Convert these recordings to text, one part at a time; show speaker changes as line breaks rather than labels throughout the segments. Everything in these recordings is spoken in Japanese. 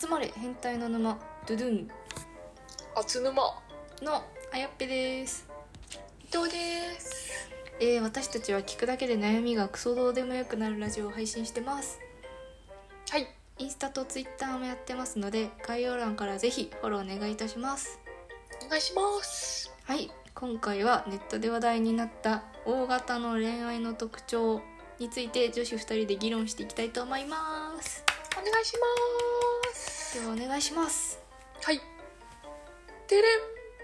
集まれ変態の沼ドゥドゥン
あつぬま
のあやっぺです、
伊藤です
えー、私たちは聞くだけで悩みがクソどうでもよくなるラジオを配信してます
はい
インスタとツイッターもやってますので概要欄からぜひフォローお願いいたします
お願いします
はい今回はネットで話題になった大型の恋愛の特徴について女子2人で議論していきたいと思います
お願いします
ではお願いします
はいてれん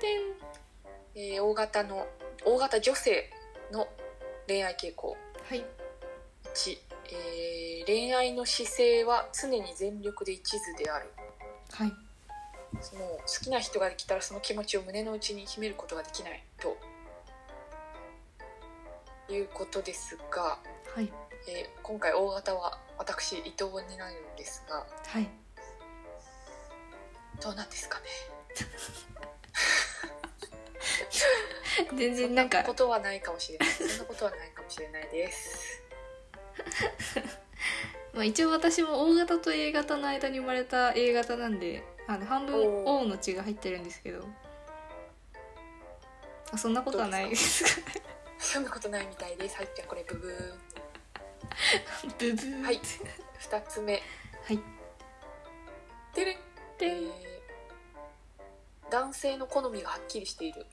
てん
えー、大型の大型女性の恋愛傾向
はい
1、えー恋愛の姿勢は常に全力で一途である
はい
その好きな人ができたらその気持ちを胸の内に秘めることができないということですが、
はい
えー今回大型は私伊藤になるんですが
はい
どうなんですかね
全然なん
そんなこ
か
とはないかもしれないそんなことはないかもしれないです
まあ、一応私も O 型と A 型の間に生まれた A 型なんであの半分
お
O の血が入ってるんですけどあそんなことはないですか
そんなことないみたいですはいじゃあこれブブーン
ブブー
はい2つ目
はい
てれん
で
えー男性の好みがはっきりしている、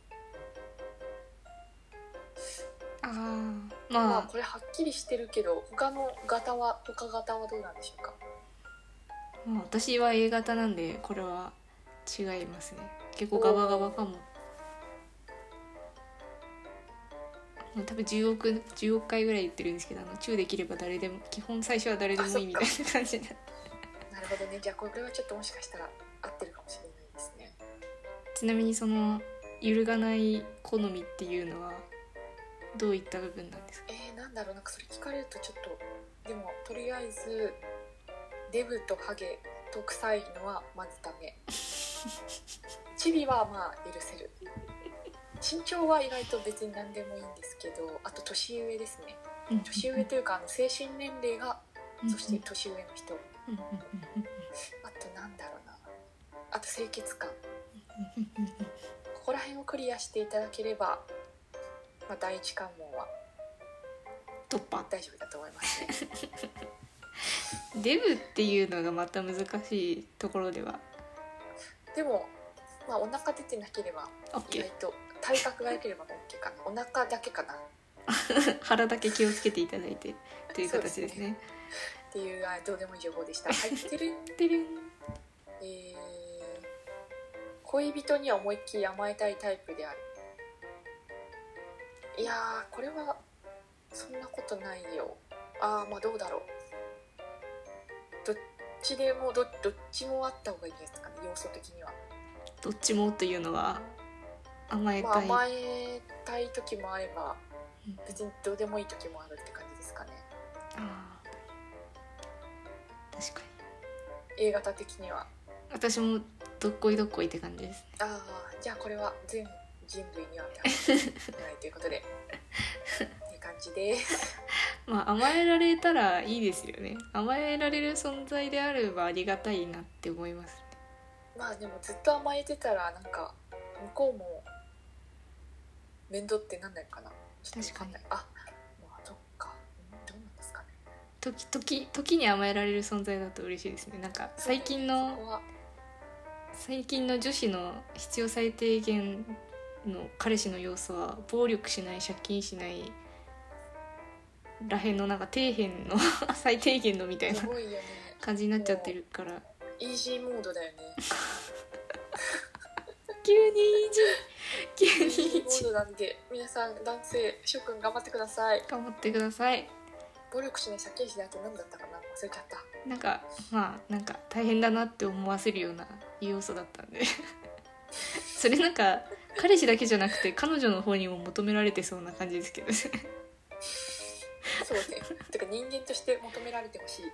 あー
まあ、
まあ
これはっきりしてるけど他の型は他型はどうなんでしょうか
まあ私は A 型なんでこれは違いますね結構ガバガバかももう多分10億10億回ぐらい言ってるんですけどあのチューできれば誰でも基本最初は誰でもいいみたいな感じになって
なるほどねじゃあこれはちょっともしかしたら合ってるかもしれないですね
ちなみにその揺るがない好みっていうのはどういった部分なんですか
えー、なんだろうなんかそれ聞かれるとちょっとでもとりあえずデブとハゲと臭いのはまずダメチビはまあ許せる身長は意外と別に何でもいいんですけどあと年上ですね年上というかあの精神年齢がそして年上の人
うんうんうん
あとなんだろうなあと清潔感ここら辺をクリアしていただければ、まあ、第一関門は
突破
大丈夫だと思いますね
デブっていうのがまた難しいところでは
でも、まあ、お腹出てなければ意
OK
外と体格が良ければ OK かなお腹だけかなっ
腹だけ気をつけていただいてという形ですね
ていうあどうでもいい情報でした入ってる
てるん
えー恋人には思いっきり甘えたいタイプであるいやーこれはそんなことないよあーまあどうだろうどっちでもどどっちもあった方がいいですかね要素的には、
どっちもというのは甘え
まあ、
たい、
甘えたい時もあれば
うん
別にどうでもいい時もあるって感じですかね
あー確かに
A 型的には
私もどっこいどっこいって感じですね
ああじゃあこれは全人類には当てはまらないということで っていう感じです
まあ甘えられたらいいですよね甘えられる存在であればありがたいなって思いますね
まあでもずっと甘えてたらなんか向こうも面倒ってなんないかなちょっとわんないあまあそっかうんどうなんですかね
時時時に甘えられる存在だと嬉しいですねなんか最近
そこ
の
は
最近の女子の必要最低限の彼氏の要素は暴力しない借金しないらへんのなんか底辺の 最低限のみたいな
す ごいよね
感じになっちゃってるから
イージーモードだよね
急に
イ
急
ージ
に
ーモードなんで皆さん男性諸君頑張ってください
頑張ってください
暴力しない借金しないって何だったかな忘れちゃった
なんかまあなんか大変だなって思わせるような要素だったんで それなんか彼氏だけじゃなくて彼女の方にも求められてそうな感じですけどね
そうね。てか人間として求められてほしい、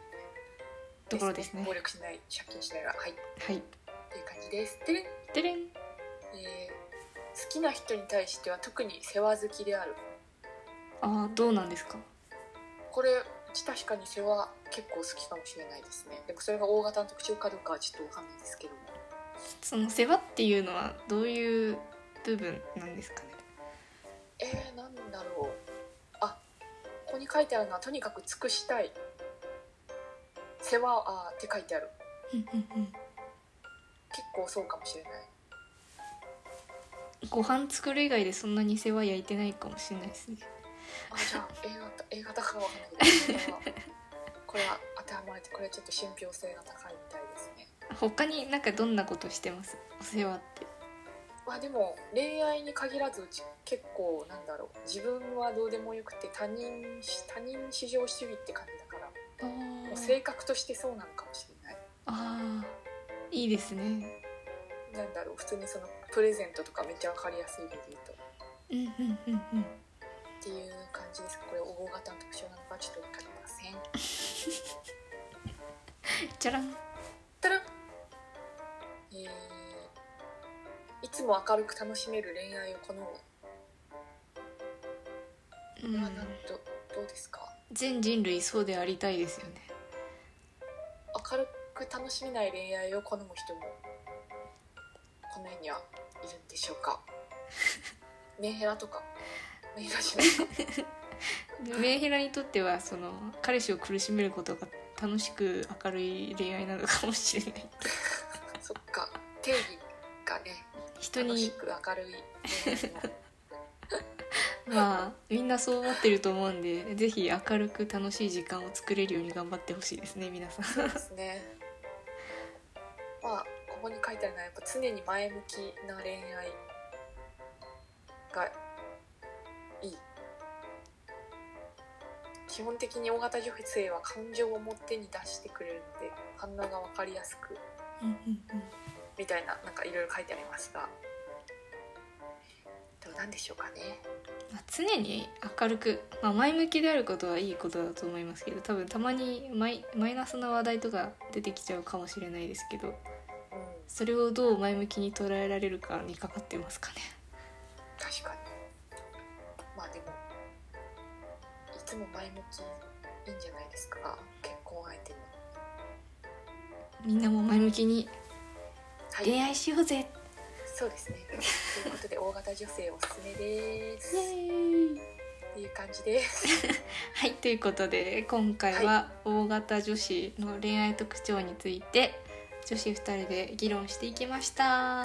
ところですね
暴力しない、借金しないが、はい、っ
はい
ていう感じです。で、え
でれん
ー好きな人に対しては特に世話好きである。
ああどうなんですか
これ、うち確かに世話結構好きかもしれないですねでもそれが大型の特徴かどうかはちょっとわかんないですけど
その世話っていうのはどういう部分なんですかね
えー、なんだろうあここに書いてあるのはとにかく尽くしたい世話あーって書いてある
うんうんうん
結構そうかもしれない
ご飯作る以外でそんなに世話焼いてないかもしれないですね
あじゃあ A 型 A 型かわかんないけどこれはこれは当てはまれてこれはちょっと信憑性が高いみたいですね
他になんかどんなことしてますお世話って
まあでも恋愛に限らずうち結構なんだろう自分はどうでもよくて他人他人至上主義って感じだから
あ
もう性格としてそうなのかもしれない
あーいいですね
なんだろう普通にそのプレゼントとかめっちゃ分かりやすいので言うとっ
うんうんうんうん
ていう感じですかこれ大型の特徴なのかちょっと分かりません
じゃらん
たらんえーいつも明るく楽しめる恋愛を好む
う
これは
ん
なんとどうですか
全人類そうでありたいですよね
明るく楽しめない恋愛を好む人もこの世にはいるんでしょうかメンヘラとかメンヘラじゃない
メンヘラにとってはその彼氏を苦しめることが楽しく明るい恋愛なのかもしれない
そっか定義がね
人
楽し
に
く明るい恋愛も
まあみんなそう思ってると思うんでぜひ明るく楽しい時間を作れるように頑張ってほしいですね皆さん
そうですねまあここに書いてあるのはやっぱ常に前向きな恋愛がいい基本的に大型女性は感情を表に出してくれるので反応が分かりやすくみたいななんかいろいろ書いてありますがでも何でしょうかね
まあ常に明るく、まあ、前向きであることはいいことだと思いますけど多分たまにマイマイナスな話題とか出てきちゃうかもしれないですけど
うん
それをどう前向きに捉えられるかにかかってますかね
確かにまあでもいつも前向きいいんじゃないですか結婚相手に
みんなも前向きに
はい
恋愛しようぜ
そうですね。ということで、大型女性おすすめです。
イエ
っ
ーイ
ていう感じです。
はいということで今回は大型女子の恋愛特徴について女子2人で議論していきました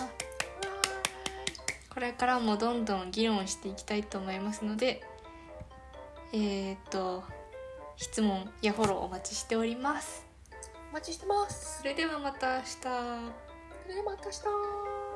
これからもどんどん議論していきたいと思いますのでえー、っと質問やフォローお待ちしております
お待ちしてます。
それではまた明日
それではまた明日。